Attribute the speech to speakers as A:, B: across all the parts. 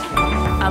A: A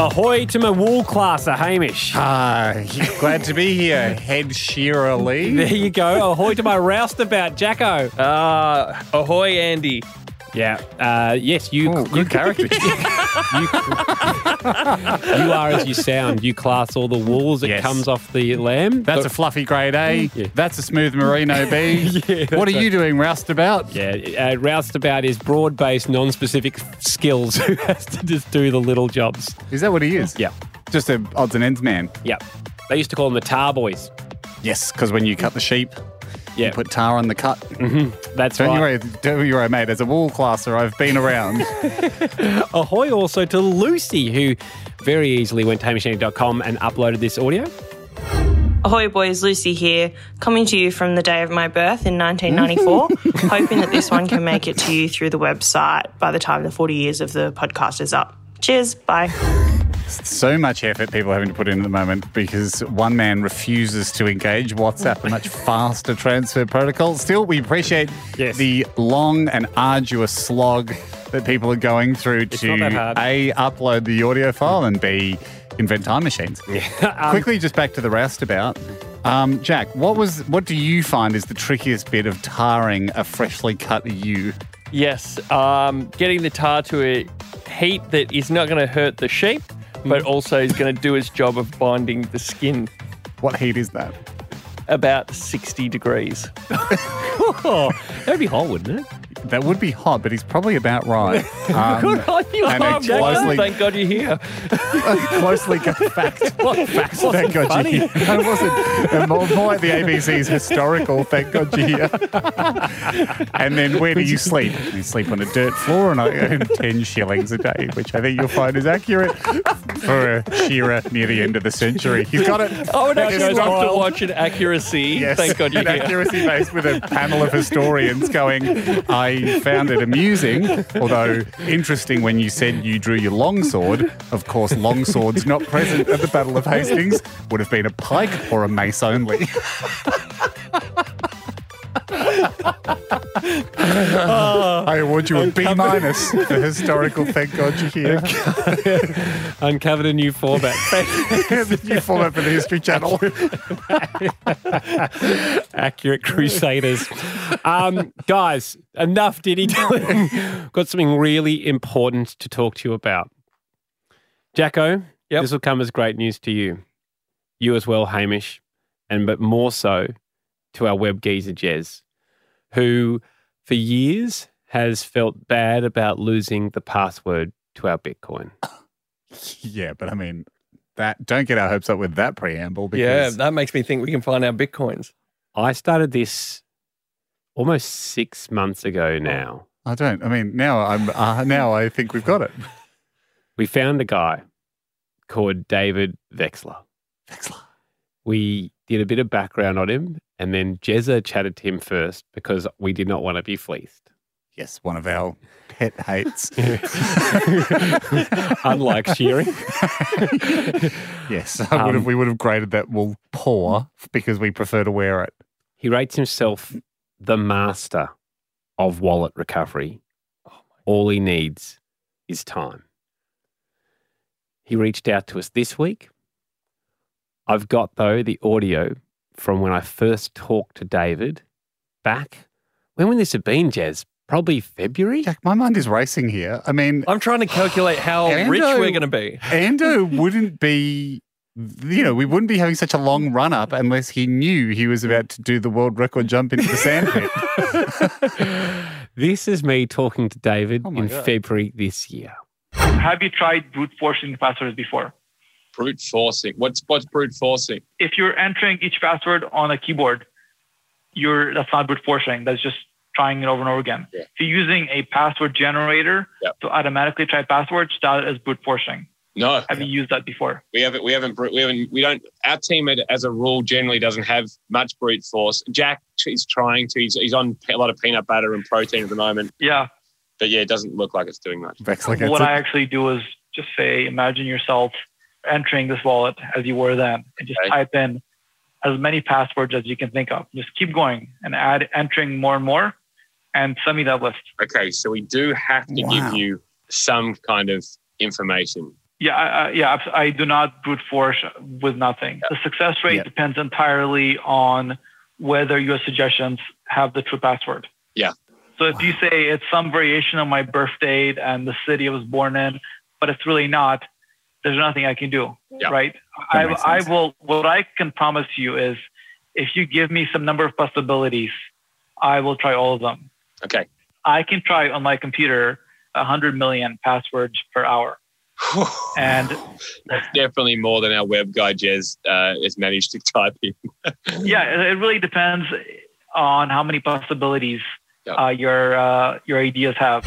B: Ahoy to my wool classer, Hamish.
C: Ah, glad to be here, Head Shearer Lee.
B: There you go. Ahoy to my roustabout, Jacko.
D: Uh, ahoy, Andy.
B: yeah. Uh, yes, you. good character. you, you are as you sound. You class all the wools that
C: Yes.
B: comes off the lamb.
C: That's a
B: So-
C: fluffy grade A. That's a smooth merino B. what are you doing, roustabout?
B: yeah, uh, roustabout is broad-based, non-specific skills who has to just do the little jobs.
C: Is that what he is?
B: Yeah,
C: Just a odds and ends man.
B: yeah. They used to call them the tar boys.
C: Yes, because when you cut the sheep,
B: Yeah,
C: you put tar on the cut.
B: that's
C: Don't you
B: right.
C: worry, don't you worry, mate. As a wool classer, I've been around.
B: Ahoy also to Lucy, who very easily went to hamishandy.com and uploaded this audio.
E: Ahoy, boys, Lucy here, coming to you from the day of my birth in 1994, hoping that this one can make it to you through the website by the time the 40 years of the podcast is up. Cheers, bye.
C: so much effort people are having to put in at the moment because one man refuses to engage WhatsApp, a much faster transfer protocol. Still, we appreciate
B: Yes.
C: the long and arduous slog that people are going through to
B: not that hard.
C: A, upload the audio file, and B, invent time machines.
B: um,
C: Quickly, just back to the roustabout. Um, Jack, what was what do you find is the trickiest bit of tarring a freshly cut ewe?
D: Yes, um, getting the tar to a heat that is not going to hurt the sheep,
F: Mm.
D: but also is going to do its job of binding the skin
C: What heat is that?
D: about 60 degrees.
B: Oh, that'd be hot, wouldn't it?
C: That would be hot, but he's probably about right. Um, and a closely-
D: Thank God you're here.
C: closely cut fact.
B: What facts?
C: Thank God you here. I wasn't. uh, More, more like the ABC's historical. Thank God you here. and then where do you sleep? You sleep on a dirt floor, and I earn ten shillings a day, which I think you'll find is accurate for a shearer near the end of the century. He's got it.
D: I would actually
C: It's
D: love to
C: wild.
D: watch an accuracy.
C: Yes,
D: Thank God you're
C: an
D: here.
C: accuracy based with a panel of historians going, I found it amusing, although interesting when you said you drew your longsword. Of course, longswords not present at the Battle of Hastings would have been a pike or a mace only. I award you a B minus for historical. Thank God you're here.
B: Uncovered a new format.
C: the new format for the History Channel.
B: Accurate Crusaders. Um, guys, enough diddy doing. Got something really important to talk to you about. Jacko,
D: Yep.
B: this will come as great news to you. You as well, Hamish, and but more so to our web geezer Jez, who for years has felt bad about losing the password to our Bitcoin.
C: Yeah, but I mean, that don't get our hopes up with that preamble
D: Yeah,
C: because
D: that makes me think we can find our bitcoins.
B: I started this almost six months ago now.
C: I don't. I mean, now I'm uh, now I think we've got it.
B: We found a guy called David Vexler.
C: Excellent.
B: We did a bit of background on him and then Jezza chatted to him first because we did not want to be fleeced.
C: Yes, one of our pet hates. Um,
B: Unlike shearing.
C: yes, I would
B: Um,
C: have, we would have graded that wool poor because we prefer to wear it.
B: He rates himself the master of wallet recovery.
C: Oh
B: All he needs is time. He reached out to us this week. I've got, though, the audio from when I first talked to David back. When would this have been, Jez? Probably February?
C: Jack, my mind is racing here. I mean,
D: I'm trying to calculate how
C: Andrew-
D: rich we're going to be.
C: Ando wouldn't be. You know, we wouldn't be having such a long run up unless he knew he was about to do the world record jump into the sand pit.
B: This is me talking to David
C: Oh my
B: in
C: God.
B: February this year.
G: Have you tried brute forcing passwords before?
H: brute forcing. What's what's brute forcing?
G: If you're entering each password on a keyboard, you're that's not brute forcing. That's just trying it over and over again.
H: Yeah.
G: If you're using a password generator
H: Yep.
G: to automatically try passwords, that is brute forcing.
H: No,
G: Have you used that before?
H: we haven't. We haven't. brute- We haven't. We don't. Our team, ad- as a rule, generally doesn't have much brute force. Jack is trying to. He's, he's on a lot of peanut butter and protein at the moment,
G: Yeah.
H: but yeah, it doesn't look like it's doing much.
C: Vex like
G: what
C: it's a-
G: I actually do is just say, imagine yourself entering this wallet as you were then, and just
H: Okay.
G: type in as many passwords as you can think of. Just keep going and add entering more and more, and send me that list.
H: Okay, so we do have to
C: Wow.
H: give you some kind of information.
G: Yeah, I, I, yeah. abs- I do not brute force with nothing. The success rate
C: Yeah.
G: depends entirely on whether your suggestions have the true password.
H: Yeah.
G: So if you say it's some variation of my birth date and the city I was born in, but it's really not, there's nothing I can do.
H: Yeah.
G: Right.
C: That
G: I,
C: makes
G: I
C: sense.
G: will. What I can promise you is, if you give me some number of possibilities, I will try all of them.
H: Okay.
G: I can try on my computer 100 million passwords per hour. And
H: That's definitely more than our web guy Jez uh, has managed to type in.
G: yeah, it, it really depends on how many possibilities
H: Yeah.
G: uh, your uh, your ideas have.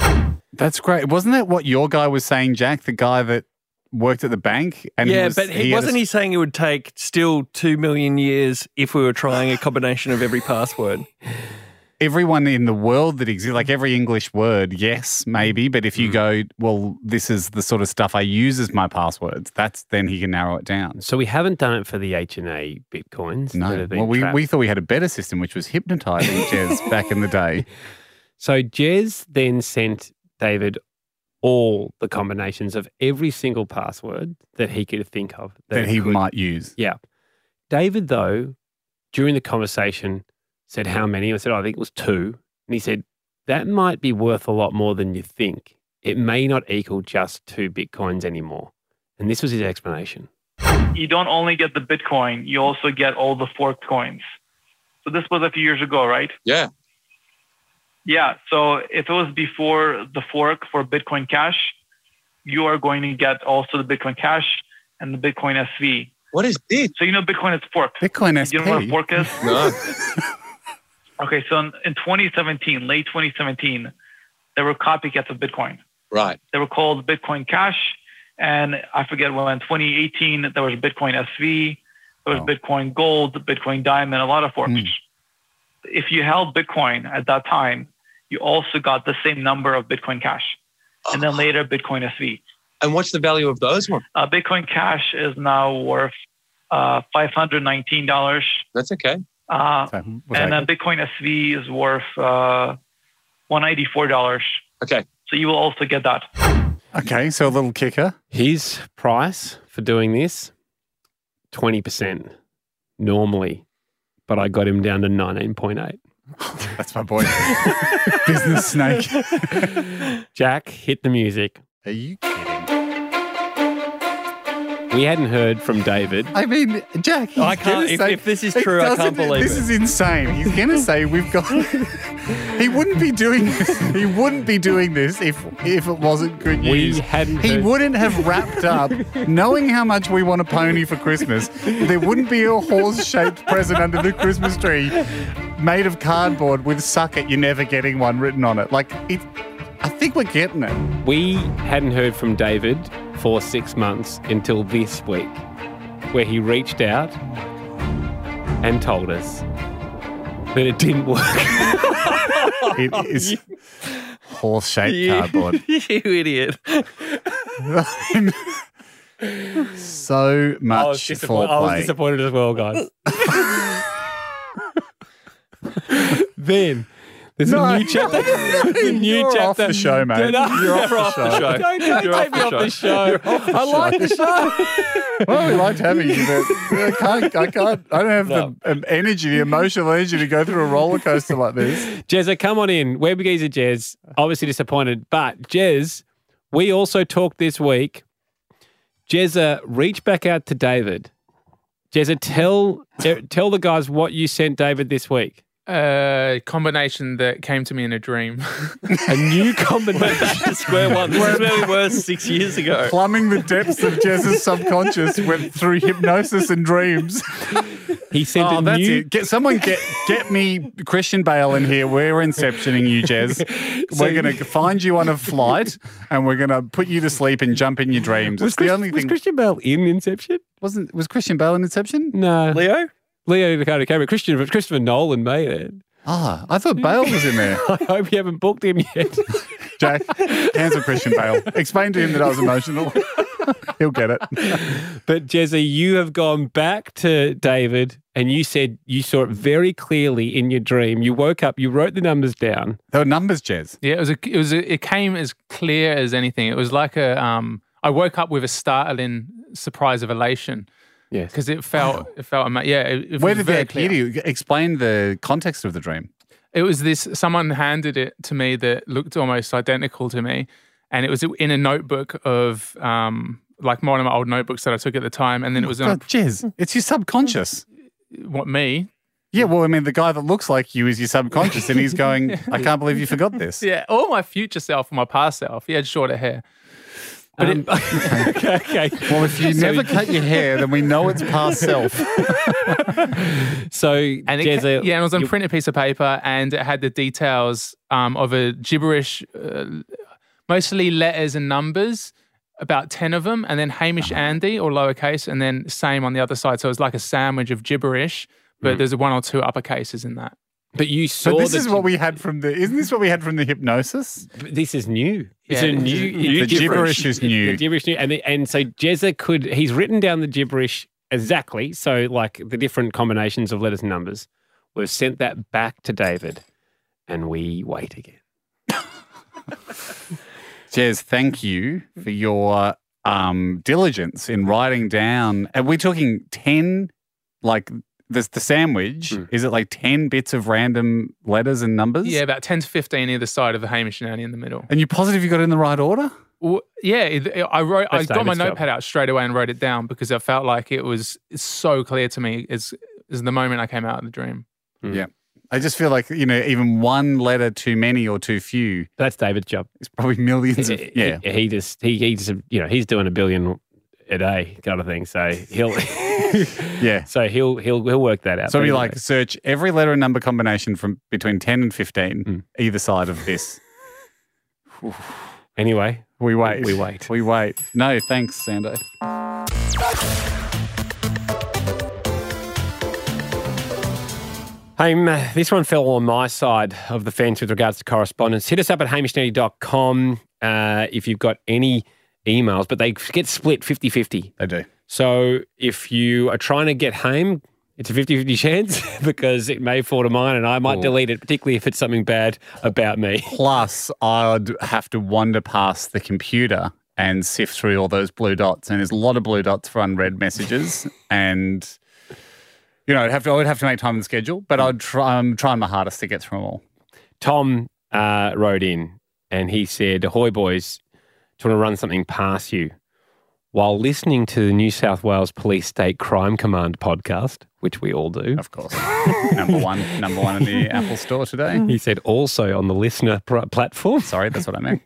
C: That's great. Wasn't that what your guy was saying, Jack? The guy that worked at the bank?
F: yeah,
C: was-
F: but he,
C: had a
F: wasn't he saying it would take still two million years if we were trying a combination of every password?
C: everyone in the world that exists, like every English word, yes, maybe. But if you go, well, this is the sort of stuff I use as my passwords, that's then he can narrow it down.
B: So we haven't done it for the H and A bitcoins. that
C: No.
B: have been
C: Well, we,
B: trapped.
C: we thought we had a better system, which was hypnotizing Jez back in the day.
B: So Jez then sent David all the combinations of every single password that he could think of
C: that he
B: could-
C: might use.
B: David though, during the conversation, said how many? I said "Oh, I think it was two, and he said that might be worth a lot more than you think. It may not equal just two bitcoins anymore. And this was his explanation.
G: You don't only get the Bitcoin; you also get all the forked coins. So this was a few years ago, right?
H: Yeah.
G: Yeah. So if it was before the fork for Bitcoin Cash, you are going to get also the Bitcoin Cash and the Bitcoin SV.
H: What is this?
G: So you know Bitcoin is forked.
C: Bitcoin
G: You know what a
C: SP.
G: fork is?
H: No.
G: Okay. So in, in 2017, late 2017, there were copycats of Bitcoin.
H: Right.
G: They were called Bitcoin Cash. And I forget when, 2018, there was Bitcoin SV, there was
C: Oh.
G: Bitcoin Gold, Bitcoin Diamond, a lot of forks.
C: Mm.
G: If you held Bitcoin at that time, you also got the same number of Bitcoin Cash. And then later, Bitcoin SV.
H: And what's the value of those ones?
G: Uh, Bitcoin Cash is now worth uh, $519.
H: That's okay.
G: Uh,
C: So, we'll take
G: and then Bitcoin SV is worth uh, $184.
H: Okay.
G: So you will also get that.
C: it. okay, so a little kicker.
B: His price for doing this, 20% normally, but I got him down to 19.8.
C: That's my boy. Business snake.
B: Jack, hit the music.
C: Are you kidding?
B: We hadn't heard from David.
C: I mean, Jack. he's
F: I can't-
C: gonna
F: if-
C: say-
F: if this is
C: It
F: true, I can't
C: doesn't-
F: believe
C: This
F: it.
C: is insane. He's going to say we've got. he wouldn't be doing this. He wouldn't be doing this if if it wasn't good
B: We
C: news.
B: hadn't
C: He
B: heard-
C: wouldn't have wrapped up, knowing how much we want a pony for Christmas. There wouldn't be a horse-shaped present under the Christmas tree, made of cardboard with "suck it, you're never getting one" written on it. Like it. I think we're getting it.
B: We hadn't heard from David for six months until this week, where he reached out and told us that it didn't work.
C: It
F: Oh,
C: is horse-shaped cardboard.
F: you idiot!
C: so much
B: I was, disappointed. I was
C: foreplay.
B: disappointed as well, guys. then there's
C: No.
B: a new chapter. There's a new
C: You're
B: chapter.
C: off the show, mate.
B: You're off, the show. Don't, don't take
F: You're off
B: me
F: the
B: off the show. I like the show.
C: Well, we liked having you, but I can't. I can't. I don't have
F: No.
C: the um, energy, the emotional energy to go through a roller coaster like this.
B: Jezza, come on in. Webgeezer Jez, obviously disappointed. But Jez, we also talked this week. Jezza, reach back out eh, to David. Jezza, tell tell the guys what you sent David this week.
I: a combination that came to me in a dream.
F: A new combination. back to square one. This is where we were six years ago.
C: Plumbing the depths of Jez's subconscious went through hypnosis and dreams.
B: He sent
C: Oh,
B: a
C: that's
B: new
C: it. Get someone get get me Christian Bale in here. We're inceptioning you, Jez. we're gonna find you on a flight and we're gonna put you to sleep and jump in your dreams.
B: Was,
C: it's the
B: Chris-
C: only
B: was
C: thing
B: Christian Bale in Inception?
C: wasn't was Christian Bale in Inception?
B: No.
F: Leo?
B: Leo DiCaprio came, but Christian, Christopher Nolan made it.
C: Ah, I thought Bale was in there.
B: I hope you haven't booked him yet.
C: Jack, cancel Christian Bale. Explain to him that I was emotional. He'll get it.
B: but Jezzy, you have gone back to David and you said you saw it very clearly in your dream. You woke up, you wrote the numbers down.
C: There were numbers, Jez.
I: yeah, it was. A, it was. A, it came as clear as anything. It was like a. Um, I woke up with a startling surprise of elation
B: Yes.
I: because it felt. It felt. ama- Yeah. It, it
C: Where
I: was
C: did
I: very
C: that
I: clear.
C: appear to you? Explain the context of the dream.
I: It was this. Someone handed it to me that looked almost identical to me, and it was in a notebook of um, like one of my old notebooks that I took at the time, and then it was
C: Oh,
I: on
C: Jez, it's your subconscious.
I: a, what me.
C: Yeah, well, I mean, the guy that looks like you is your subconscious, and he's going, I can't believe you forgot this.
I: Yeah, or my future self or my past self. He had shorter hair.
B: But it, okay, okay.
C: Well, if you never cut your hair, then we know it's past self.
B: So,
I: And it
B: Jezzy,
I: ca- yeah, and it was on a
B: you-
I: printed piece of paper, and it had the details um, of a gibberish, uh, mostly letters and numbers, about ten of them, and then Hamish Andy or lowercase, and then same on the other side. So it was like a sandwich of gibberish,
C: Mm.
I: but there's one or two uppercases in that.
B: but you
C: So
B: saw
C: this
B: the-
C: is what we had from the. Isn't this what we had from the hypnosis?
B: But this is new. It's
I: Yeah,
B: a
I: this
B: new.
I: is-
B: it's
C: The gibberish is new.
B: The gibberish new, and the- and so Jezza could he's written down the gibberish exactly. So like the different combinations of letters and numbers. We've sent that back to David, and we wait again.
C: Jez, thank you for your um, diligence in writing down. Are we talking 10? Like this, the sandwich,
B: Mm.
C: is it like 10 bits of random letters and numbers?
I: Yeah, about ten to fifteen either side of the Hamish and Andy in the middle.
C: And you're positive you got it in the right order?
I: Well, yeah, it- I wrote.
B: That's
I: I got my
B: David's job.
I: notepad out straight away and wrote it down because I felt like it was so clear to me. Is is the moment I came out of the dream.
C: I just feel like, you know, even one letter too many or too few
B: That's David's job.
C: is probably millions of.
B: He-
C: Yeah.
B: he, he just he, he just you know he's doing a billion a day kind of thing. So he'll
C: Yeah.
B: so he'll he'll he'll work that out.
C: So
B: But
C: we
B: anyway.
C: like search every letter and number combination from between 10 and 15,
B: Mm.
C: either side of this.
B: anyway.
C: We wait.
B: We wait.
C: We wait. No, thanks, Sando.
B: Hey, ma- this one fell on my side of the fence with regards to correspondence. Hit us up at hamishnetty.com uh, if you've got any emails, but they get split 50 50.
C: They do.
B: So if you are trying to get home, it's a 50 50 chance because it may fall to mine and I might delete it, particularly if it's something bad about me.
C: Plus, I'd have to wander past the computer and sift through all those blue dots. And there's a lot of blue dots for unread messages. and, you know, I'd have to, I would have to make time in the schedule, but I'd try, I'm trying my hardest to get through them all.
B: Tom uh, wrote in and he said, Ahoy, boys, just want to run something past you. While listening to the New South Wales Police State Crime Command podcast, which we all do,
C: Of course. number one, number one in the Apple store today.
B: He said also on the listener pr- platform.
C: Sorry, that's what I meant.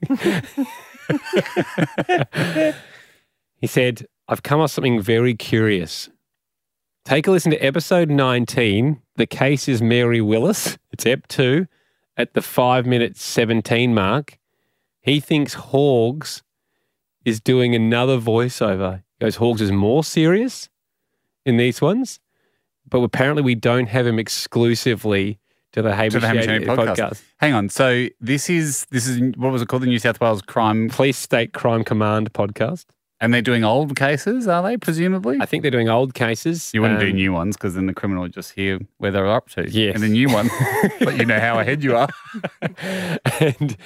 B: He said, I've come up with something very curious. Take a listen to episode 19. The case is Mary Willis. It's EP 2 at the 5 minute 17 mark. He thinks Hawgs is doing another voiceover. He goes, Hawgs is more serious in these ones, but apparently we don't have him exclusively to the Hamish,
C: to the Hamish
B: Yates
C: Haney podcast.
B: podcast.
C: Hang on. So this is this is what was it called? The New South Wales crime,
B: Police State Crime Command podcast.
C: and they're doing old cases, are they? Presumably,
B: I think they're doing old cases.
C: you wouldn't do
B: Um,
C: new ones because then the criminal would just hear where they're up to.
B: Yes.
C: and the new one, but you know how ahead you are.
B: and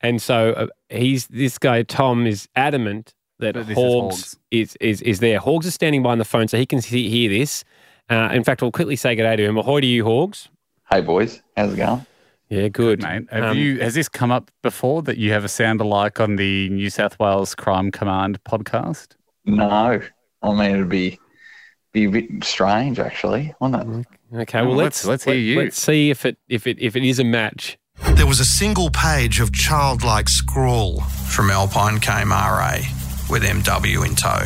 B: and so uh, he's this guy Tom is adamant that Hogs
C: That this is
B: Hawks is, is is there. Hawks is standing by on the phone, so he can see, hear this. Uh, in fact, we'll quickly say good day to him. Ahoy to you, Hawks.
J: Hey boys, how's it going?
B: Yeah, good.
C: Mate, have
B: Um,
C: you has this come up before that you have a sound alike on the New South Wales Crime Command podcast?
J: No, I mean it'd be be a bit strange, actually, wouldn't it?
B: Okay, well let's let- Let's see if it if it if it is a match.
K: There was a single page of childlike scrawl. From Alpine came RA, with MW in tow,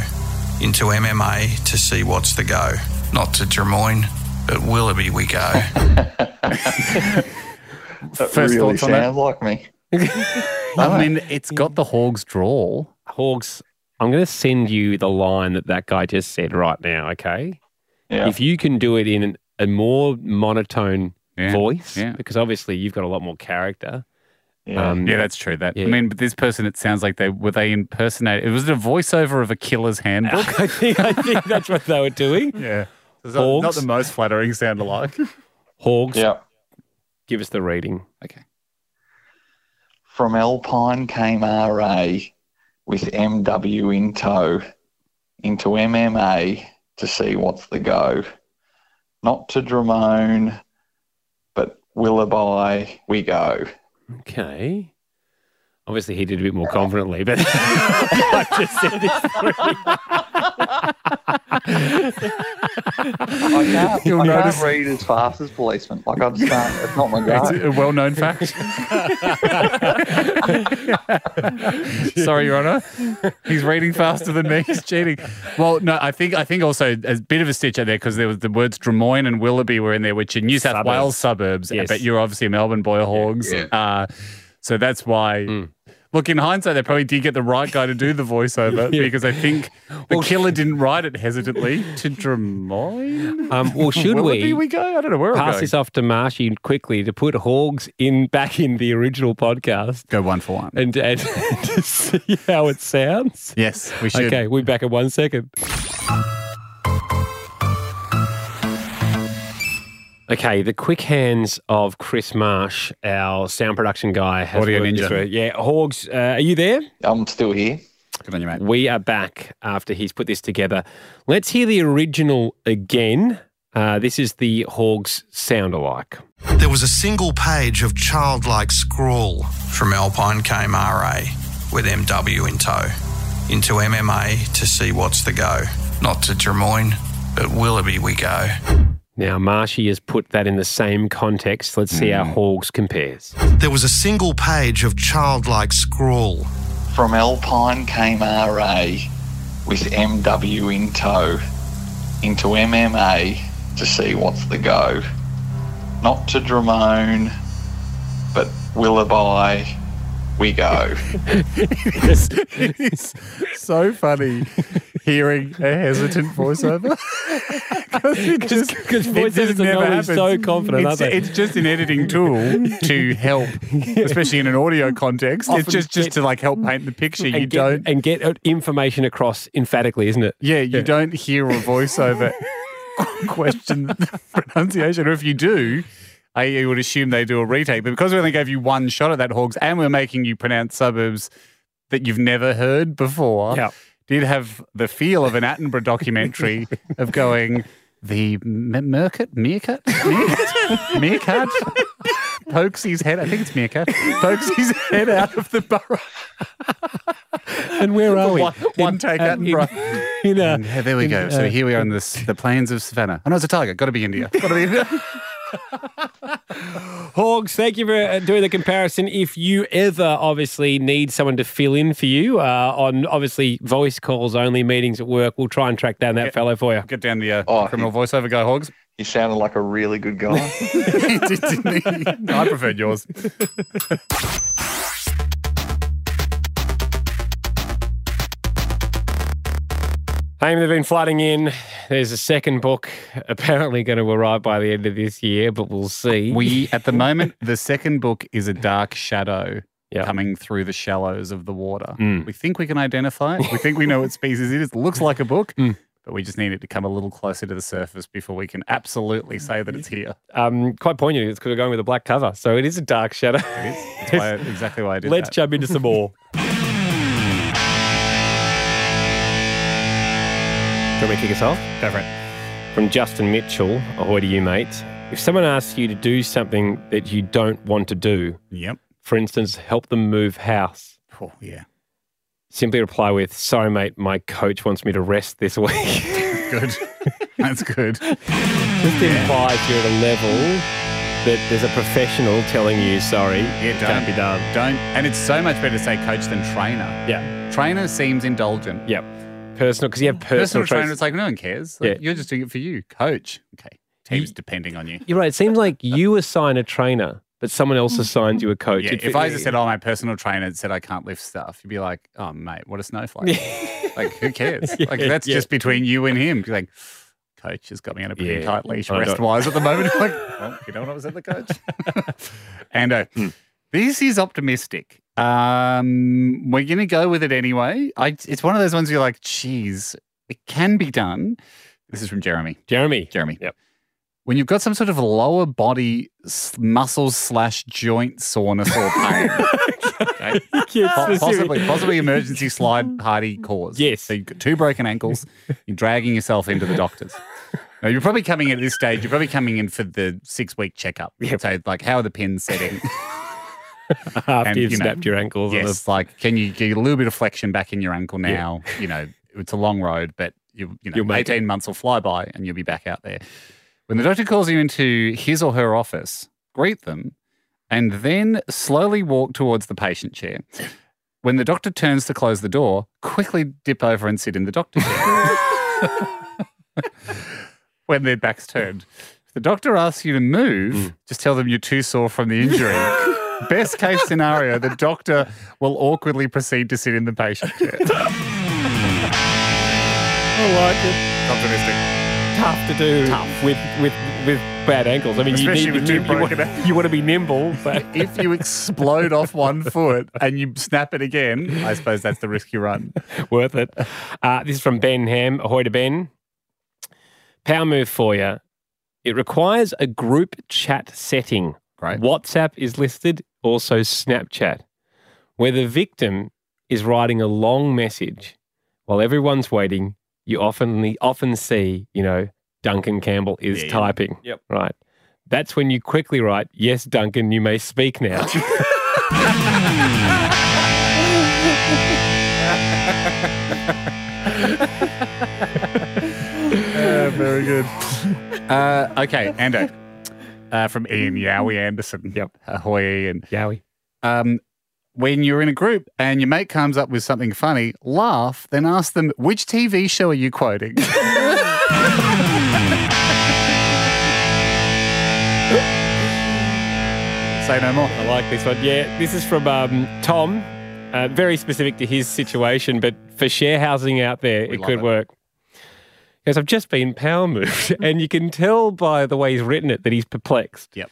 K: into MMA to see what's the go. Not to Drummoyne,
L: Mm.
K: but Willoughby we go.
J: That really sounds like me.
B: I mean, it's got the Hogs draw. Hogs, I'm going to send you the line that that guy just said right now. Okay,
J: Yeah.
B: if you can do it in an, a more monotone
C: Yeah,
B: voice,
C: yeah.
B: because obviously you've got a lot more character. Um,
J: Yeah.
C: Mm. yeah, that's true. That
B: yeah.
C: I mean, but this person, it sounds like they were they impersonate. It was a voiceover of a killer's handbook.
B: I think, I think that's what they were doing.
C: yeah, It's not,
B: Hogs.
C: not the most flattering sound alike.
B: Hogs,
J: Yeah.
B: give us the reading.
J: From Alpine came RA with MW in tow into MMA to see what's the go. Not to Dramone, but Willoughby we go.
B: Okay. Obviously, he did a bit more confidently, but I just said
J: I can't,
B: You'll
J: I
B: notice-
J: can't read as fast as policeman. Like I just can't. It's not my
C: It's
J: go.
C: a well-known fact. Sorry, Your Honor. He's reading faster than me. He's cheating. Well, no, I think I think also a bit of a stitch out there because there was the words Drummoyne and Willoughby were in there, which are New South
B: Suburbs.
C: Wales suburbs.
B: Yes.
C: But you're obviously a Melbourne boy, Hogs.
J: Yeah.
C: Uh, so that's why.
B: Hmm.
C: Look, in hindsight, they probably did get the right guy to do the voiceover because I think the killer didn't write it hesitantly to Drummoyne.
B: Um, well, should
C: Willoughby
B: we
C: we go? I don't know where we're
B: pass
C: going.
B: this off to Marshy quickly to put Hogs in back in the original podcast
C: Go one for one.
B: and, and to see how it sounds?
C: Yes, we should.
B: Okay, we're back in one second. Okay, the quick hands of Chris Marsh, our sound production guy. Has
C: Audio
B: worked
C: ninja.
B: this through. Yeah, Hogs, uh, are you there?
J: I'm still here.
C: Good on you, mate.
B: We are back after he's put this together. Let's hear the original again. Uh, this is the Hogs sound alike.
K: There was a single page of childlike scrawl. From Alpine came RA, with MW in tow, into MMA to see what's the go. Not to Drummoyne, but Willoughby we go.
B: Now, Marshy has put that in the same context. Let's see how
C: Hmm.
B: Hogs compares.
K: There was a single page of childlike scrawl.
J: From Alpine came RA with MW in tow into MMA to see what's the go. Not to Dramone, but Willoughby, we go.
C: It's, it's so funny hearing a hesitant voiceover. Because it just,
B: Because voices are always so confident,
C: it's,
B: aren't they?
C: it's just an editing tool to help, especially in an audio context.
B: Often
C: it's just, just
B: get-
C: to like help paint the picture. You
B: and, get,
C: don't,
B: and get uh, information across emphatically, isn't it?
C: yeah, you don't hear a voiceover question the pronunciation, or if you do. I would assume they do a retake, but because we only gave you one shot at that, Hogs, and we're making you pronounce suburbs that you've never heard before,
B: Yeah.
C: did have the feel of an Attenborough documentary of going the m- meerkat, meerkat, meerkat, meerkat pokes his head. I think it's meerkat. Pokes his head out of the burrow.
B: And where are we?
C: One, one take
B: um,
C: Attenborough.
B: in, in, uh,
C: And yeah, there we
B: in,
C: go. So
B: uh,
C: here we are in this, the plains of Savannah. I know it's a tiger. Got to be India. Got to be India.
B: Hogs, thank you for uh, doing the comparison. If you ever obviously need someone to fill in for you uh, on obviously voice calls only, meetings at work, we'll try and track down that fellow for you.
C: Get down the uh,
J: Oh,
C: criminal voiceover guy, Hogs.
J: He sounded like a really good guy.
C: Didn't he? I preferred yours.
B: Haim, they've been flooding in. There's a second book apparently going to arrive by the end of this year, but we'll see.
C: We, at the moment, the second book is a dark shadow
B: Yeah.
C: coming through the shallows of the water.
B: Mm.
C: We think we can identify it. We think we know what species it is. It looks like a book,
B: Mm.
C: but we just need it to come a little closer to the surface before we can absolutely say that it's here.
B: um, quite poignant. It's because we're going with a black cover, so it is a dark shadow.
C: That's why, exactly why I did
B: Let's
C: that.
B: jump into some more. Do you want me to kick us off?
C: Go for it.
B: From Justin Mitchell, ahoy to you, mate. If someone asks you to do something that you don't want to do,
C: Yep.
B: for instance, help them move house,
C: Oh, yeah.
B: simply reply with, sorry, mate, my coach wants me to rest this week.
C: Good. That's good.
B: Just implies you're at a level that there's a professional telling you, sorry,
C: yeah, don't,
B: can't be done.
C: Don't. And it's so much better to say coach than trainer.
B: Yeah.
C: Trainer seems indulgent.
B: Yep. Personal, because you have personal,
C: trainer,
B: traits.
C: it's like no one cares. Like,
B: Yeah.
C: You're just doing it for you. Coach. Okay. Team's depending on you.
B: You're right. It seems like you assign a trainer, but someone else assigns you a coach.
C: Yeah,
B: It-
C: if I just said, oh, my personal trainer said I can't lift stuff, you'd be like, oh, mate, what a snowflake. like, who cares?
B: Yeah,
C: like, that's
B: yeah.
C: just between you and him. You're like, coach has got me on a pretty
B: Yeah.
C: tight leash
B: I don't-
C: rest wise at the moment. like, well, you know what I was at the coach? and uh,
B: Hmm.
C: this is optimistic. Um, we're going to go with it anyway. I, it's one of those ones you're like, geez, it can be done. This is from Jeremy.
B: Jeremy.
C: Jeremy.
B: Yep.
C: When you've got some sort of lower body s- muscle slash joint soreness or pain, okay?
B: Yeah,
C: Po- possibly,
B: specific.
C: possibly emergency slide party cause.
B: Yes.
C: So you've got two broken ankles, you're dragging yourself into the doctors. Now, you're probably coming in at this stage, you're probably coming in for the six week checkup. So, like, how are the pins setting?
B: After
C: and,
B: you've
C: you know,
B: snapped your ankles. on
C: Yes, like can you get a little bit of flexion back in your ankle now? You know, it's a long road, but you, you know,
B: You'll make
C: 18 months will fly by and you'll be back out there. When the doctor calls you into his or her office, greet them and then slowly walk towards the patient chair. When the doctor turns to close the door, quickly dip over and sit in the doctor chair. when their back's turned. If the doctor asks you to move, just tell them you're too sore from the injury. Best case scenario, the doctor will awkwardly proceed to sit in the patient chair.
B: I like it.
C: Optimistic.
B: Tough to do
C: Tough.
B: with with with bad ankles. I mean,
C: Especially
B: you
C: with
B: need,
C: two
B: you, you,
C: broken
B: want, you want to be nimble, but
C: If you explode off one foot and you snap it again, I suppose that's the risk you run.
B: worth it. Uh, this is from Ben Ham. Ahoy to Ben. Power move for you. It requires a group chat setting.
C: Great.
B: WhatsApp is listed, also Snapchat, where the victim is writing a long message while everyone's waiting. You often often see, you know, Duncan Campbell is
C: Yeah, yeah.
B: typing.
D: Yep.
B: Right. That's when you quickly write, "Yes, Duncan, you may speak now."
C: very good. Uh, okay, Ando. Uh, from Ian Yowie Anderson.
B: Yep.
C: Ahoy, Ian.
B: Yowie.
C: um, when you're in a group and your mate comes up with something funny, laugh, then ask them, which TV show are you quoting? Say no more.
B: I like this one. Yeah, this is from um, Tom. Uh, very specific to his situation, but for share housing out there, it
C: love
B: could
C: it.
B: work. Because I've just been power moved, and you can tell by the way he's written it that he's perplexed.
C: Yep.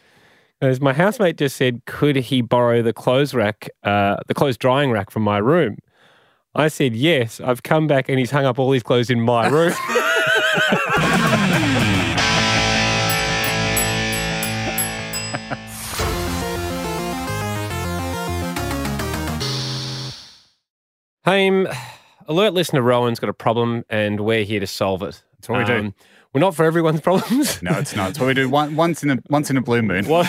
B: As my housemate just said, could he borrow the clothes rack, uh, the clothes drying rack from my room? I said yes. I've come back, and he's hung up all his clothes in my room. Haim, alert listener Rowan's got a problem and we're here to solve it. That's
C: what we do.
B: We're not for everyone's problems.
C: No, it's not. It's what we do one, once in a once in a blue moon.
B: What-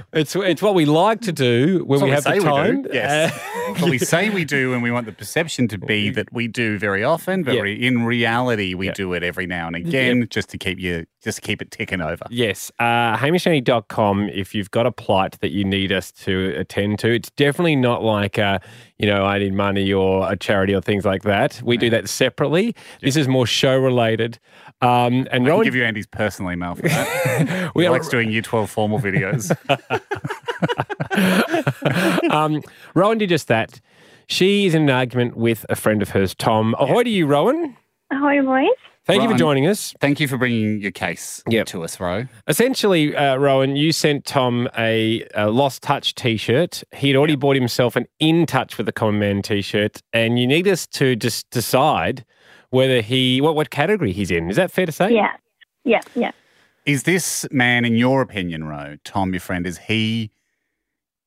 B: it's, it's what we like to do when
C: That's
B: we have
C: what
B: the
C: say
B: time. Uh,
C: do. Yes. That's what we say we do, and we want the perception to be that we do very often, but
B: Yeah.
C: re- in reality, we
B: Yeah.
C: do it every now and again, just to keep you just to keep it ticking over.
B: Yes, uh, hamishandy.com if you've got a plight that you need us to attend to. It's definitely not like, uh, you know, I need money or a charity or things like that. We do that separately. This is more show related. Um, and
C: I can
B: Rowan,
C: give you Andy's personal email for that.
B: We
C: we
B: are-
C: Alex doing year 12 formal videos.
B: um, Rowan did just that. She is in an argument with a friend of hers, Tom. Ahoy to you, Rowan.
M: Ahoy, boys.
B: Thank you
C: Rowan.
B: for joining us.
C: Thank you for bringing your case
B: Yep.
C: to us, Ro.
B: Essentially, uh, Rowan, you sent Tom a, a Lost Touch t shirt. He'd already bought himself an In Touch with the Common Man t shirt, and you need us to just decide whether he, what, what category he's in. Is that fair to say?
M: Yeah. Yeah, yeah.
C: Is this man, in your opinion, Ro, Tom, your friend, is he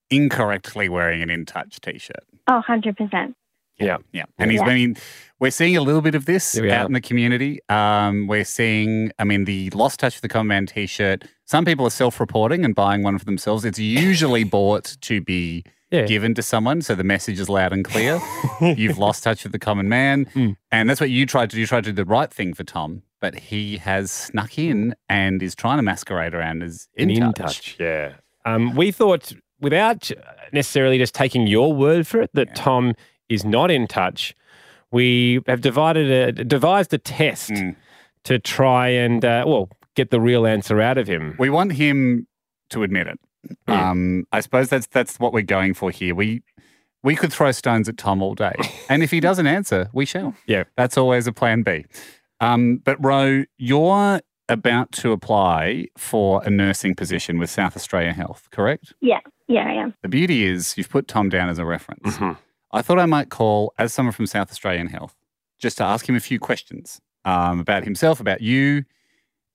C: incorrectly wearing an In Touch t shirt?
M: Oh, 100%.
B: Yeah.
C: Yeah. And he's
M: Yeah.
C: been, we're seeing a little bit of this
B: Yeah, we are.
C: out in the community. Um, we're seeing, I mean, the Lost Touch with the Common Man t shirt, some people are self reporting and buying one for themselves. It's usually bought to be given to someone, so the message is loud and clear. You've lost touch with the common man,
B: Hmm.
C: and that's what you tried to do. You tried to do the right thing for Tom, but he has snuck in and is trying to masquerade around as in,
B: In
C: touch.
B: touch, yeah. Um, we thought, without necessarily just taking your word for it, that Tom is not in touch. We have divided a, devised a test
C: Hmm. Mm.
B: to try and uh, well get the real answer out of him.
C: We want him to admit it. Um, I suppose that's that's what we're going for here. We we could throw stones at Tom all day, and if he doesn't answer, we shall.
B: Yeah,
C: that's always a plan B. Um, but Ro, you're about to apply for a nursing position with South Australia Health, correct?
M: Yeah, yeah, I am.
C: The beauty is you've put Tom down as a reference. I thought I might call as someone from South Australian Health just to ask him a few questions um, about himself, about you,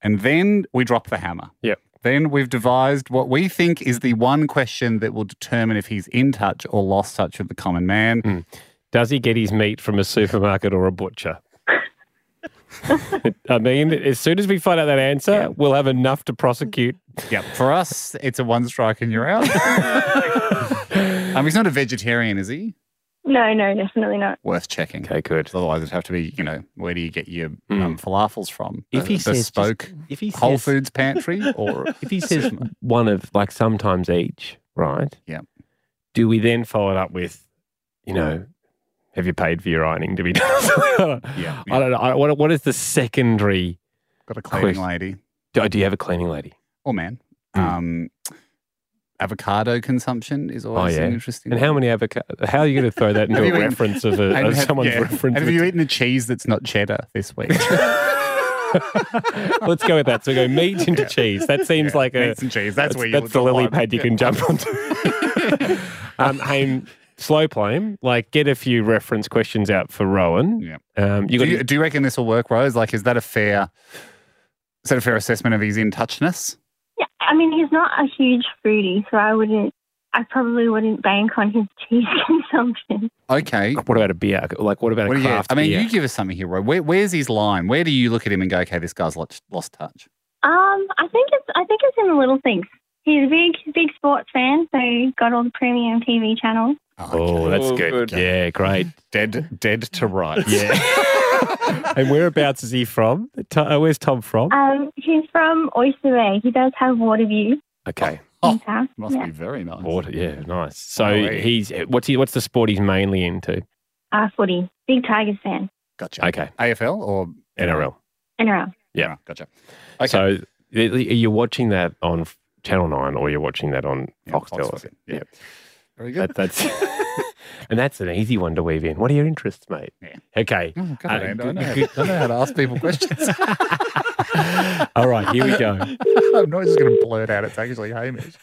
C: and then we drop the hammer.
B: Yep.
C: Then we've devised what we think is the one question that will determine if he's in touch or lost touch with the common man.
B: Does he get his meat from a supermarket or a butcher? I mean, as soon as we find out that answer, we'll have enough to prosecute.
C: Yeah, for us, it's a one strike and you're out. um, he's not a vegetarian, is he?
M: No, no, definitely not.
C: Worth checking. Okay,
B: good.
C: Otherwise, it'd have to be, you know, where do you get your um, falafels from?
B: Mm. If he
C: Uh,
B: says just-
C: bespoke
B: if he
C: Whole
B: says-
C: Foods pantry, or
B: If he says one of like sometimes each, right?
C: Yeah.
B: Do we then follow it up with, you know, have you paid for your ironing to be done?
C: yeah,
B: I don't know. I, what, what is the secondary?
C: Got a cleaning
B: quest- Mm.
C: lady.
B: Do, do you have a cleaning lady?
C: or man, um, avocado consumption is
B: Oh
C: always
B: yeah.
C: an interesting.
B: and how many avocado? How are you going to throw that into
C: Have
B: a
C: you eaten-
B: reference of, a,
C: And
B: of
C: have-
B: someone's
C: yeah.
B: reference?
C: Have you eaten a cheese that's not cheddar this week?
B: Let's go with that. So go meat into cheese. That seems like a
C: Meats and cheese. That's where you
B: that's
C: would
B: the
C: go
B: lily
C: on.
B: pad you can jump onto. um, hey, slow plane. Like get a few reference questions out for Rowan.
C: Yeah.
B: Um, you
C: do,
B: got
C: you, do you reckon this will work, Rose? Like, is that a fair? Is that a fair assessment of his in touchness?
M: Yeah, I mean, he's not a huge foodie, so I wouldn't, I probably wouldn't bank on his cheese consumption.
C: Okay.
B: What about a beer? Like what about
C: What
B: a
C: do you-
B: craft
C: I mean,
B: beer?
C: you give us something here, Ro. Where, where's his line? Where do you look at him and go, okay, this guy's lost, lost touch?
M: Um, I think it's, I think it's in the little things. He's a big, big sports fan, so he got all the premium TV channels.
B: Oh, that's
C: Oh,
B: good. Yeah, great.
C: Dead, dead to rights.
B: Yeah. and whereabouts is he from? To- uh, where's Tom from?
M: Um, he's from Oyster Bay. He does have water view.
B: Okay.
M: in town.
C: Oh, Must
M: yeah.
C: be very nice.
B: Water, yeah, nice. So
C: Oh, yeah.
B: he's what's he, what's the sport he's mainly into?
M: Uh, footy. Big Tigers fan.
C: Gotcha.
B: Okay,
C: AFL or
B: NRL.
M: NRL.
B: Yeah,
C: gotcha.
B: So are you watching that on F- Channel Nine or you're watching that on Foxtel?
C: Fox,
B: Fox,
C: yeah. Very good.
B: That, that's and that's an easy one to weave in. What are your interests, mate? Okay.
C: Oh, God,
B: Uh,
C: Andy, I,
B: good-
C: know, how-
B: good-
C: I know how to ask people questions.
B: All right, here we go.
C: I'm not just going to blurt out it's actually Hamish.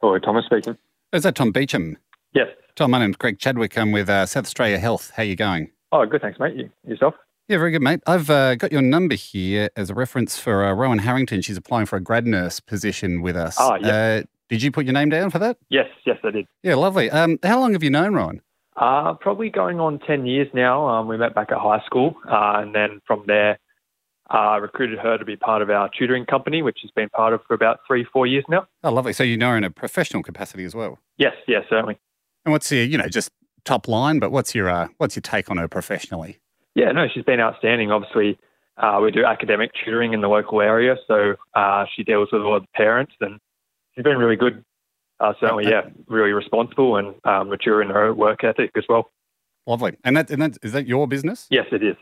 L: Hello, Thomas speaking.
C: Is that Tom Beecham?
L: Yes.
C: Tom, my name's Greg Chadwick. I'm with uh, South Australia Health. How you going?
L: Oh, good. Thanks, mate. You, yourself?
C: Yeah, very good, mate. I've uh, got your number here as a reference for uh, Rowan Harrington. She's applying for a grad nurse position with us.
L: Ah, yeah.
C: Uh, did you put your name down for that?
L: Yes, yes, I did.
C: Yeah, lovely. Um, how long have you known Rowan?
L: Uh, probably going on 10 years now. Um, we met back at high school, uh, and then from there, uh, recruited her to be part of our tutoring company, which has been part of for about three, four years now.
C: Oh, lovely. So you know her in a professional capacity as well.
L: Yes, yes, certainly.
C: And what's your, you know, just top line, but what's your uh, what's your take on her professionally?
L: Yeah, no, she's been outstanding. Obviously, uh, we do academic tutoring in the local area, so uh, she deals with all the parents, and she's been really good. Uh, certainly, yeah, really responsible and um, mature in her work ethic as well.
C: Lovely. And that, and that is that your business?
L: Yes, it is.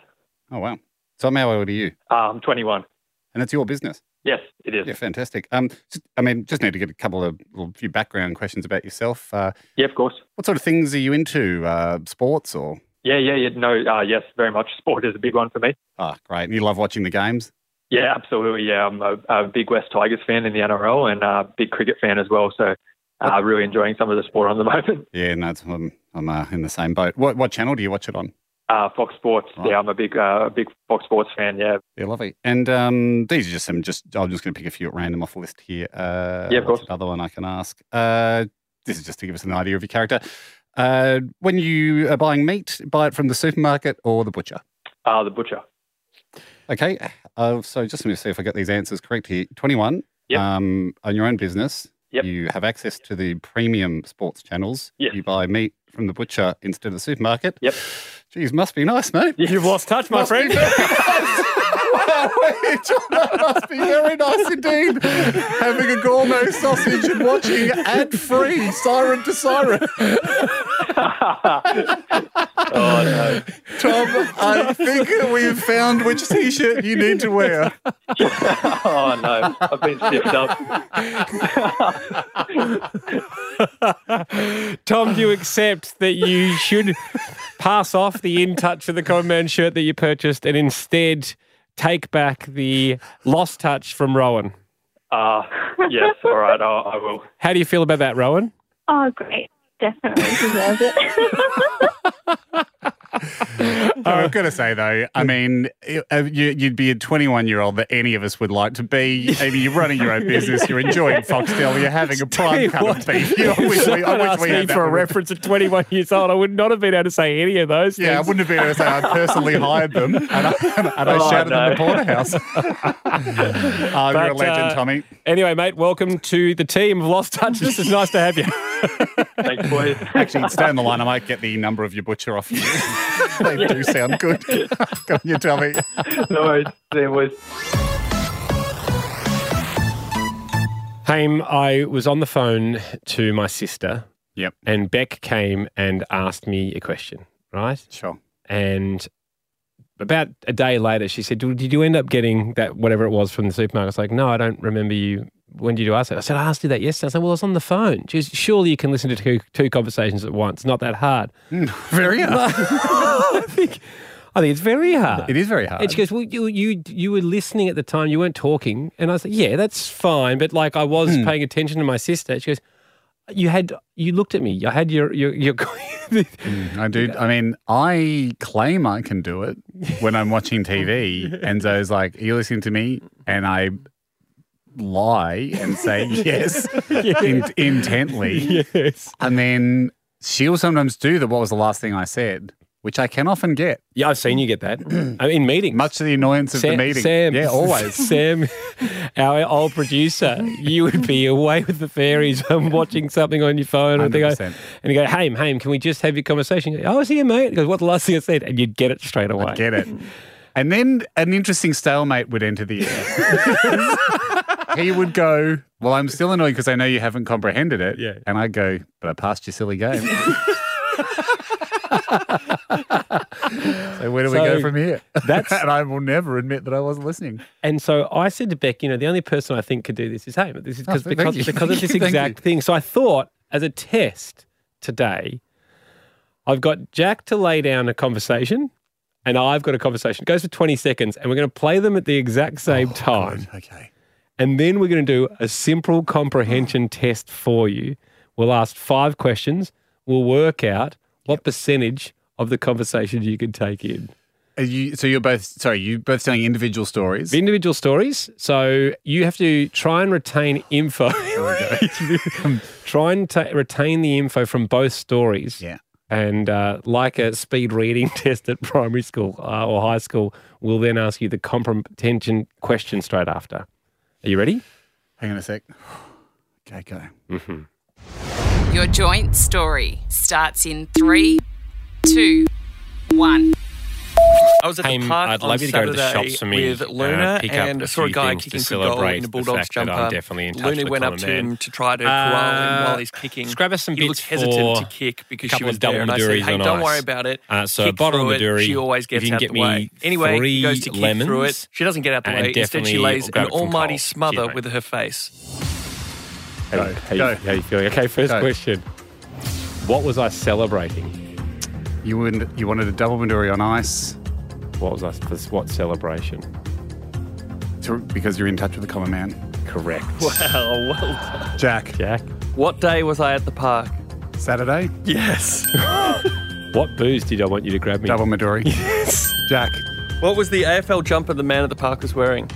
C: Oh wow. So I'm how old are you?
L: Um, 21.
C: And that's your business.
L: Yes, it is.
C: Yeah, fantastic. Um, just, I mean, just need to get a couple of little few background questions about yourself. Uh,
L: Yeah, of course.
C: what sort of things are you into? Uh, sports or?
L: Yeah, yeah, yeah. No, uh, yes, very much. Sport is a big one for me.
C: Ah, great. And you love watching the games.
L: Yeah, absolutely. Yeah, I'm a, a big West Tigers fan in the NRL and a big cricket fan as well. So, uh, really enjoying some of the sport on the moment.
C: Yeah, no, it's, I'm, I'm uh, in the same boat. What what channel do you watch it on?
L: Uh, Fox Sports. Yeah, I'm a big, uh, big Fox Sports fan. Yeah.
C: Yeah, lovely. And um, these are just some. Just I'm just going to pick a few at random off the list here. Uh,
L: Yeah, of
C: what's
L: course.
C: Another one I can ask. Uh, this is just to give us an idea of your character. Uh, when you are buying meat, buy it from the supermarket or the butcher.
L: Uh, the butcher.
C: Okay. Uh, so just let me see if I got these answers correct here. 21. Um, on your own business.
N: You have access to the premium sports channels. You buy meat from the butcher instead of the supermarket. Yep. Geez, must be nice, mate.
D: You've lost touch,
N: my friend. that must be very nice indeed. Having a gourmet sausage and watching ad free siren to siren. Tom, I think we've found which t shirt you need to wear.
L: oh no, I've been stiffed up.
B: Tom, do you accept that you should pass off the In Touch with the Con Man shirt that you purchased and instead take back the Lost Touch from Rowan?
L: Uh, yes, all right, I, I will.
B: How do you feel about that, Rowan?
M: Oh, great. Definitely deserves it.
C: I've got to say though, I mean, it- uh, you, you'd be a 21 year old that any of us would like to be. I mean, you're running your own business, you're enjoying Foxtel, you're having a prime cut of beef. You know, I
B: If
C: wish we,
B: someone
C: I wish
B: asked
C: we
B: me
C: had that
B: for a
C: with-
B: reference at 21 years old. I would not have been able to say any of those.
C: Yeah, I wouldn't have been able to say I personally hired them, and I, and I
B: Oh,
C: shouted in
B: no.
C: the porterhouse. Oh, you're a legend, Tommy.
B: Anyway, mate, welcome to the team of Lost Touch. This is nice to have you.
L: Thanks, boys.
C: Actually, stay on the line. I might get the number of your butcher off you. they do sound good. Can you tell me?
L: No worries. See you, boys.
B: Haim, I was on the phone to my sister.
C: Yep.
B: And Beck came and asked me a question, right?
C: Sure.
B: And about a day later, she said, "Did you end up getting that whatever it was from the supermarket?" I was like, "No, I don't remember you. When did you ask that?" I said, "I asked you that yesterday." I said, "Well, I was on the phone." She was, "Surely you can listen to two, two conversations at once. Not that hard."
C: Very hard.
B: I think I think it's very hard.
C: It is very hard.
B: And she goes, "Well, you you you were listening at the time. You weren't talking." And I said, "Yeah, that's fine, but like I was
C: Hmm.
B: paying attention to my sister." She goes, "You had you looked at me. I had your your your."
C: I do. I mean, I claim I can do it when I'm watching TV, and so it's like, "Are you listening to me?" And I lie and say yes,
O: Yeah.
C: in- intently.
B: Yes.
C: And then she'll sometimes do the what was the last thing I said, which I can often get.
B: Yeah, I've seen you get that I mean, in meetings.
C: Much to the annoyance of the
B: Sam,
C: meeting.
B: Sam,
C: yeah, always.
B: Sam, our old producer, you would be away with the fairies. I'm watching something on your phone. I think I,
C: 100%.
B: and you go, Haim, Haim, can we just have your conversation? You go, oh, I see you, mate. He goes, what the last thing I said? And you'd get it straight away.
C: get it. And then an interesting stalemate would enter the air. he would go, Well, I'm still annoyed because I know you haven't comprehended it. Yeah. And I go, But I passed your silly game. so where do we
B: So
C: go from here?
B: that's-
C: and I will never admit that I wasn't listening.
B: And so I said to Beck, you know, the only person I think could do this is Haim. This is
C: Oh,
B: because
C: thank
B: because,
C: you.
B: because of this
C: Thank you.
B: exact thing. So I thought, as a test today, I've got Jack to lay down a conversation, and I've got a conversation. It goes for twenty seconds, and we're going to play them at the exact
C: Oh,
B: same time.
C: okay.
B: And then we're going to do a simple
F: Oh.
B: comprehension test for you. We'll ask five questions. We'll work out what percentage of the conversation you can take in.
C: Are you, so you're both, sorry, you both telling individual stories.
B: The individual stories. So you have to try and retain info. try and ta retain the info from both stories.
C: Yeah.
B: And uh, like a speed reading test at primary school uh, or high school, we'll then ask you the comprehension question straight after. Are you ready?
C: Hang on a sec. Okay, go.
B: Mm-hmm.
A: Your joint story starts in three, two, one.
F: I was at
B: Haim,
F: the park
B: I'd
F: on
B: love you to go to the
F: Saturday
B: shops for me,
F: with
B: uh,
F: Luna
B: pick up
F: and
B: a
F: I saw a
B: few
F: guy
B: things to
F: kicking for goal
B: celebrate
F: in a
B: the
F: Bulldogs
B: fact that I'm
F: jumper.
B: definitely in touch
F: Luna
B: with
F: went up
B: Colin
F: to
B: Man.
F: him to try to corral him while he's
B: Uh,
F: kicking.
B: Grab us some
F: he
B: bits
F: looked hesitant
B: for
F: to kick because
B: a couple
F: she was
B: of double
F: there, and I said,
B: Maduris
F: "Hey,
B: on
F: don't
B: ice.
F: worry about it.
B: Uh, so a
F: kick
B: bottle
F: through
B: of Maduri.
F: it. She always
B: If
F: gets
B: you can
F: out
B: get
F: the way.
B: me
F: Anyway, he goes
B: three
F: to kick through
B: lemons,
F: it. She doesn't get out the
B: and
F: way. Instead,
B: definitely
F: she lays
B: I'll grab
F: an
B: it from
F: almighty
B: Coles.
F: smother
B: Cheers, mate.
F: with her face.
B: How, how, you, how you feeling? Okay, first
C: Go.
B: question. What was I celebrating?
C: You, wouldn't, you wanted a double Midori on ice
B: What was I? This what celebration?
C: to, because you're in touch with the common man.
B: Correct.
F: Oh, Wow, well done.
C: Jack.
B: Jack.
F: What day was I at the park?
C: Saturday.
F: Yes.
B: What booze did I want you to grab me?
C: Double Midori.
F: Yes.
C: Jack.
F: What was the AFL jumper the man at the park was wearing?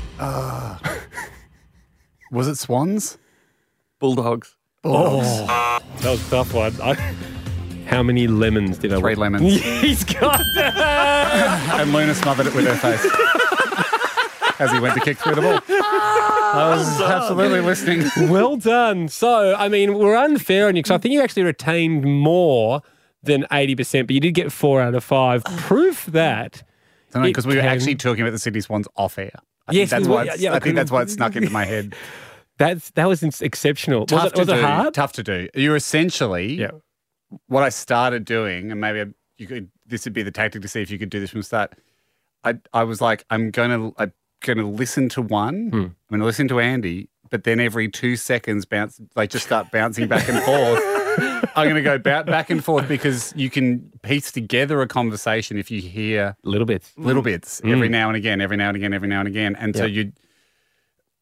C: Was it Swans?
F: Bulldogs.
C: Bulldogs.
B: That was a tough one. I, how many lemons did I
C: Three
B: want?
C: lemons.
B: He's got
C: and Luna smothered it with her face. as he went to kick through the ball. I
B: Oh.
C: was absolutely listening.
B: well done. So, I mean, we're unfair on you because I think you actually retained more than 80%, but you did get four out of five. Proof that.
C: No, no,
B: it
C: because we were
B: can-
C: actually talking about the Sydney Swans off air. I
B: Yes,
C: think that's
B: we were.
C: why. It's,
B: Yeah,
C: I think that's why it
B: okay.
C: snuck into my head.
B: That's that was ins- exceptional. Was
C: Tough
B: it, was
C: to
B: it
C: do.
B: hard?
C: Tough to do. You're essentially what I started doing, and maybe I, you could. This would be the tactic to see if you could do this from the start. I I was like, I'm gonna I'm gonna listen to
B: Hmm.
C: one. I'm gonna listen to Andy, but then every two seconds, bounce like just start bouncing back and forth. I'm gonna go ba- back and forth because you can piece together a conversation if you hear
B: little bits,
C: little
B: Mm.
C: bits every
B: Mm.
C: now and again, every now and again, every now and again, and so
B: Yeah.
C: you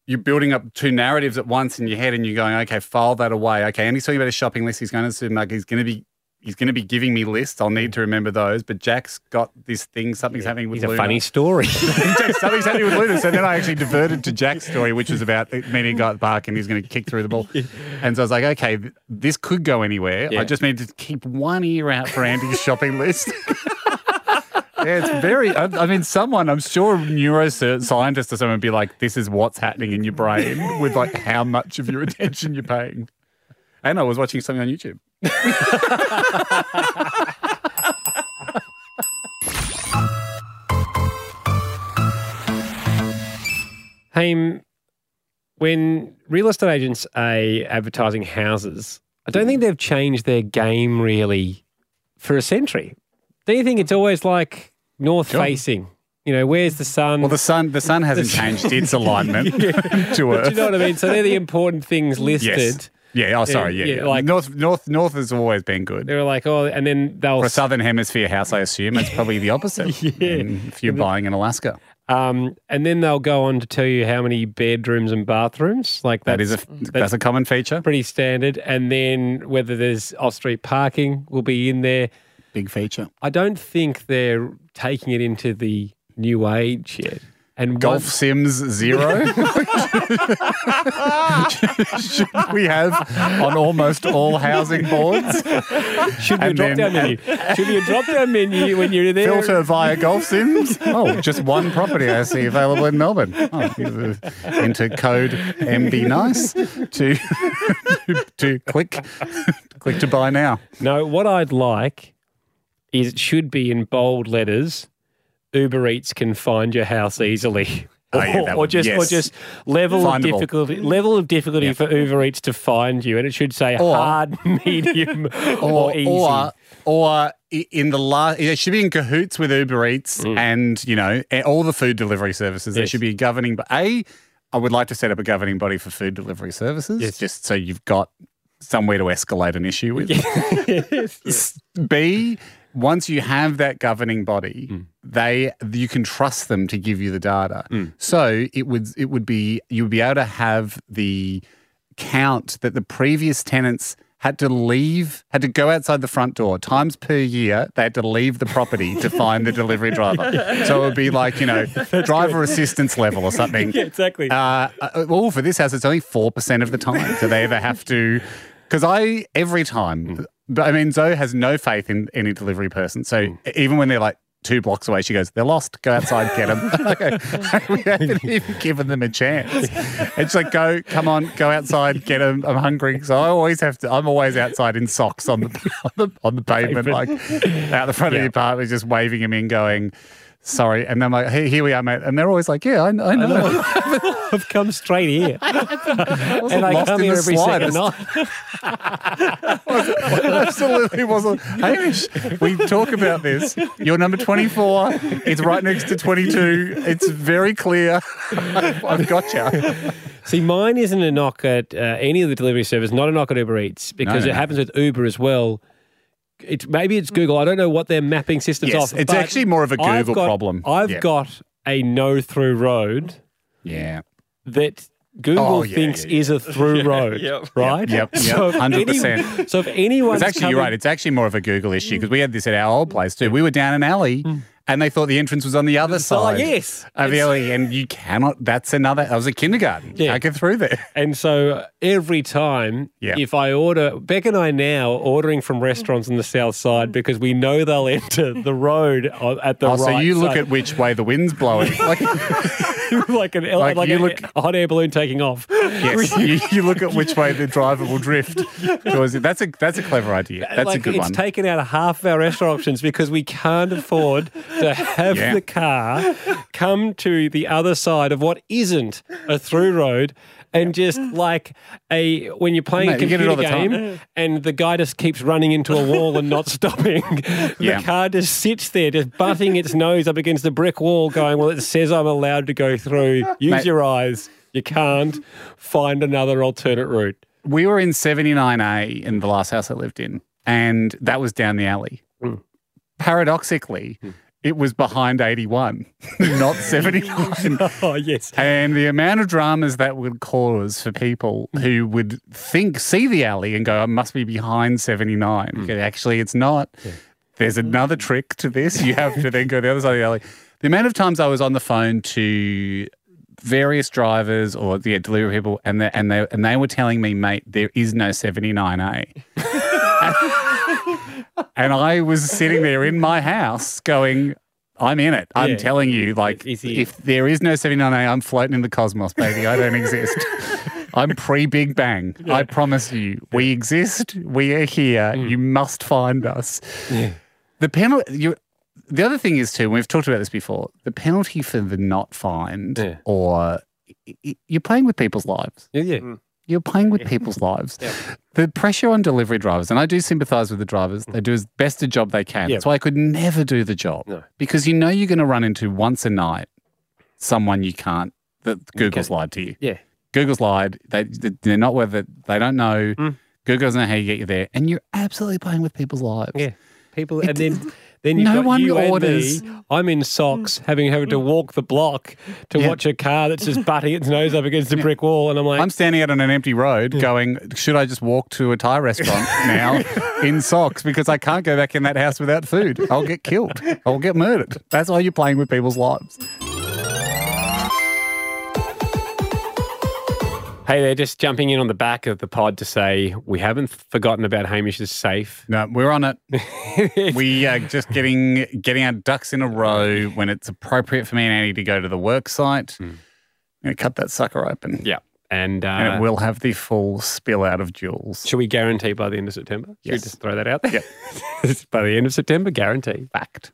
C: you're building up two narratives at once in your head and you're going, okay, file that away. Okay, Andy's talking about his shopping list. He's going to the supermarket. He's going to be he's going to be giving me lists. I'll need to remember those. But Jack's got this thing. Something's happening with
B: It's Mm. a
C: Luna.
B: funny story.
C: Something's happening with Luna. So then I actually diverted to Jack's story, which was about meeting a guy at the park and he's going to kick through the ball. And so I was like, okay, th- this could go anywhere.
B: Yeah.
C: I just need to keep one ear out for Andy's shopping list. Yeah, it's very. I, I mean, someone I'm sure a neuroscientist or someone would be like, "This is what's happening in your brain with like how much of your attention you're paying." And I was watching something on YouTube.
B: Hey, m- when real estate agents are advertising houses, I don't think they've changed their game really for a century. Do you think it's always like north facing? You know, where's the sun? Well,
C: the sun the sun hasn't changed its alignment to
B: But
C: Earth.
B: you know what I mean? So they're the important things listed.
C: Yes. Yeah. Oh, sorry.
B: Yeah,
C: Yeah.
B: yeah,
C: yeah.
B: like-
C: north, north, north has always been good.
B: They were like, oh, and then they'll
C: For a southern hemisphere house, I assume it's probably the opposite. yeah. If you're buying in Alaska,
B: Um, and then they'll go on to tell you how many bedrooms and bathrooms. Like
C: That is a- that's a common feature,
B: pretty standard. And then whether there's off-street parking will be in there.
C: Big feature.
B: I don't think they're taking it into the new age yet. And
C: Golf
B: once-
C: Sims Zero. Should we have on almost all housing boards.
B: Should be a drop down menu. Should be a drop down menu when you're there.
C: Filter via golf sims. Oh, just one property I see available in Melbourne. Oh, enter code MB nice to to click click to buy now.
B: No, what I'd like is it should be in bold letters. Uber Eats can find your house easily.
C: Oh, yeah,
B: or,
C: that
B: or
C: one,
B: just, or
C: yes.
B: just level of
C: Findable.
B: difficulty, level of difficulty for Uber Eats to find you, and it should say
C: Or-
B: hard, medium, or, easy.
C: or or i- in the last it should be in cahoots with Uber Eats
B: Mm.
C: and you know a- all the food delivery services. There should be a governing. But a, I would like to set up a governing body for food delivery services, just so you've got somewhere to escalate an issue with. S- B, once you have that governing body, they you can trust them to give you the data. So it would it would be you would be able to have the count that the previous tenants had to leave, had to go outside the front door times per year. They had to leave the property to find the delivery driver. So it would be like you know driver assistance level or something.
B: Yeah, exactly.
C: Uh, uh, well, for this house, it's only four percent of the time do they ever have to. Because I every time, but I mean, Zoe has no faith in any delivery person. So even when they're like two blocks away, she goes, "They're lost. Go outside, get them." we haven't even given them a chance. It's like, go, come on, go outside, get them. I'm hungry, so I always have to. I'm always outside in socks on the on the, on the pavement, like out the front of the apartment, just waving them in, going. Sorry, and I'm like, hey, here we are, mate. And they're always like, yeah, I, I know.
B: I've come straight here. and I
C: lost
B: come
C: in
B: here
C: the
B: every second
C: slightest.
B: night.
C: Absolutely wasn't. Hamish, we talk about this. You're number 24. It's right next to 22. It's very clear. I've got you.
B: See, mine isn't a knock at uh, any of the delivery service, not a knock at Uber Eats, because
C: no,
B: it
C: no.
B: happens with Uber as well. It, maybe it's Google. I don't know what their mapping systems
C: Yes,
B: are.
C: it's
B: but
C: actually more of a
B: I've
C: Google
B: got-
C: problem.
B: I've
C: Yeah.
B: got a no through road.
C: Yeah.
B: That Google
C: Oh, yeah,
B: thinks
C: yeah, yeah.
B: is a through
C: Yeah,
B: road,
C: yep.
B: right?
C: Yep, yep,
B: if any-
C: 100%.
B: so if anyone's
C: It's actually, you're
B: coming- Mm.
C: right. It's actually more of a Google issue because we had this at our old place too. We were down an alley and they thought the entrance was on the other side.
B: oh, yes.
C: Of the alley, and you cannot. That's another. That was a kindergarten.
B: Yeah.
C: I get through there.
B: And so every time, if I order, Beck and I now are ordering from restaurants on the south side because we know they'll enter the road o- at the
C: oh,
B: right.
C: so you look
B: side.
C: at which way the wind's blowing. Like,
B: like an ele- like,
C: you
B: a, a hot air balloon taking off.
C: yes, you, you look at which way the driver will drift. towards it. That's a that's a clever idea. That's
B: like,
C: a good
B: it's
C: one.
B: taken out of half of our restaurant options because we can't afford to have
C: Yeah.
B: the car come to the other side of what isn't a through road and just like a when you're playing a
C: Mate, you get it
B: computer
C: all the time.
B: game and the guy just keeps running into a wall and not stopping
C: Yeah.
B: the car just sits there just butting its nose up against the brick wall going well it says i'm allowed to go through use
C: Mate.
B: your eyes you can't find another alternate route
C: we were in 79A in the last house I lived in, and that was down the alley. Paradoxically, it was behind 81, not 79.
B: oh, yes.
C: And the amount of dramas that would cause for people who would think, see the alley and go, I must be behind 79. Okay, Actually, it's not. There's another trick to this. You have to then go the other side of the alley. The amount of times I was on the phone to various drivers or yeah, delivery people, and they, and they and they were telling me, mate, there is no 79A. and I was sitting there in my house going, I'm in it. I'm
B: Yeah.
C: telling you, like, if there is no 79A, I'm floating in the cosmos, baby. I don't exist. I'm pre Big Bang. I promise you, we exist. We are here. You must find us. The penalty. You, the other thing is too, and we've talked about this before. The penalty for the not find, or y- y- you're playing with people's lives.
B: Yeah, yeah.
C: You're playing with people's lives. The pressure on delivery drivers, and I do sympathise with the drivers. They do as best a job they can.
B: Mm-hmm. Yeah.
C: That's why I could never do the job because you know you're going to run into once a night someone you can't. That Google's lied to you.
B: yeah
C: Google's lied. They they're not whether they don't know.
B: Mm.
C: Google doesn't know how you get you there, and you're absolutely playing with people's lives.
B: Yeah, people, and then then you've
C: No
B: got
C: one
B: you and
C: orders- Mm.
B: me. I'm in socks, having having to walk the block to watch a car that's just butting its nose up against a brick wall, and I'm like,
C: I'm standing out on an empty road, going, should I just walk to a Thai restaurant now in socks because I can't go back in that house without food? I'll get killed. I'll get murdered. That's why you're playing with people's lives.
B: hey, they're just jumping in on the back of the pod to say we haven't forgotten about Hamish's safe.
C: No, we're on it. we are just getting getting our ducks in a row when it's appropriate for me and Annie to go to the work site. Going to cut that sucker open.
B: Hmm. Yeah, and uh,
C: and it will have the full spill out of jewels.
B: Should we guarantee by the end of September? Should we
C: Yes.
B: just throw that out there? by the end of September, guarantee.
C: Fact.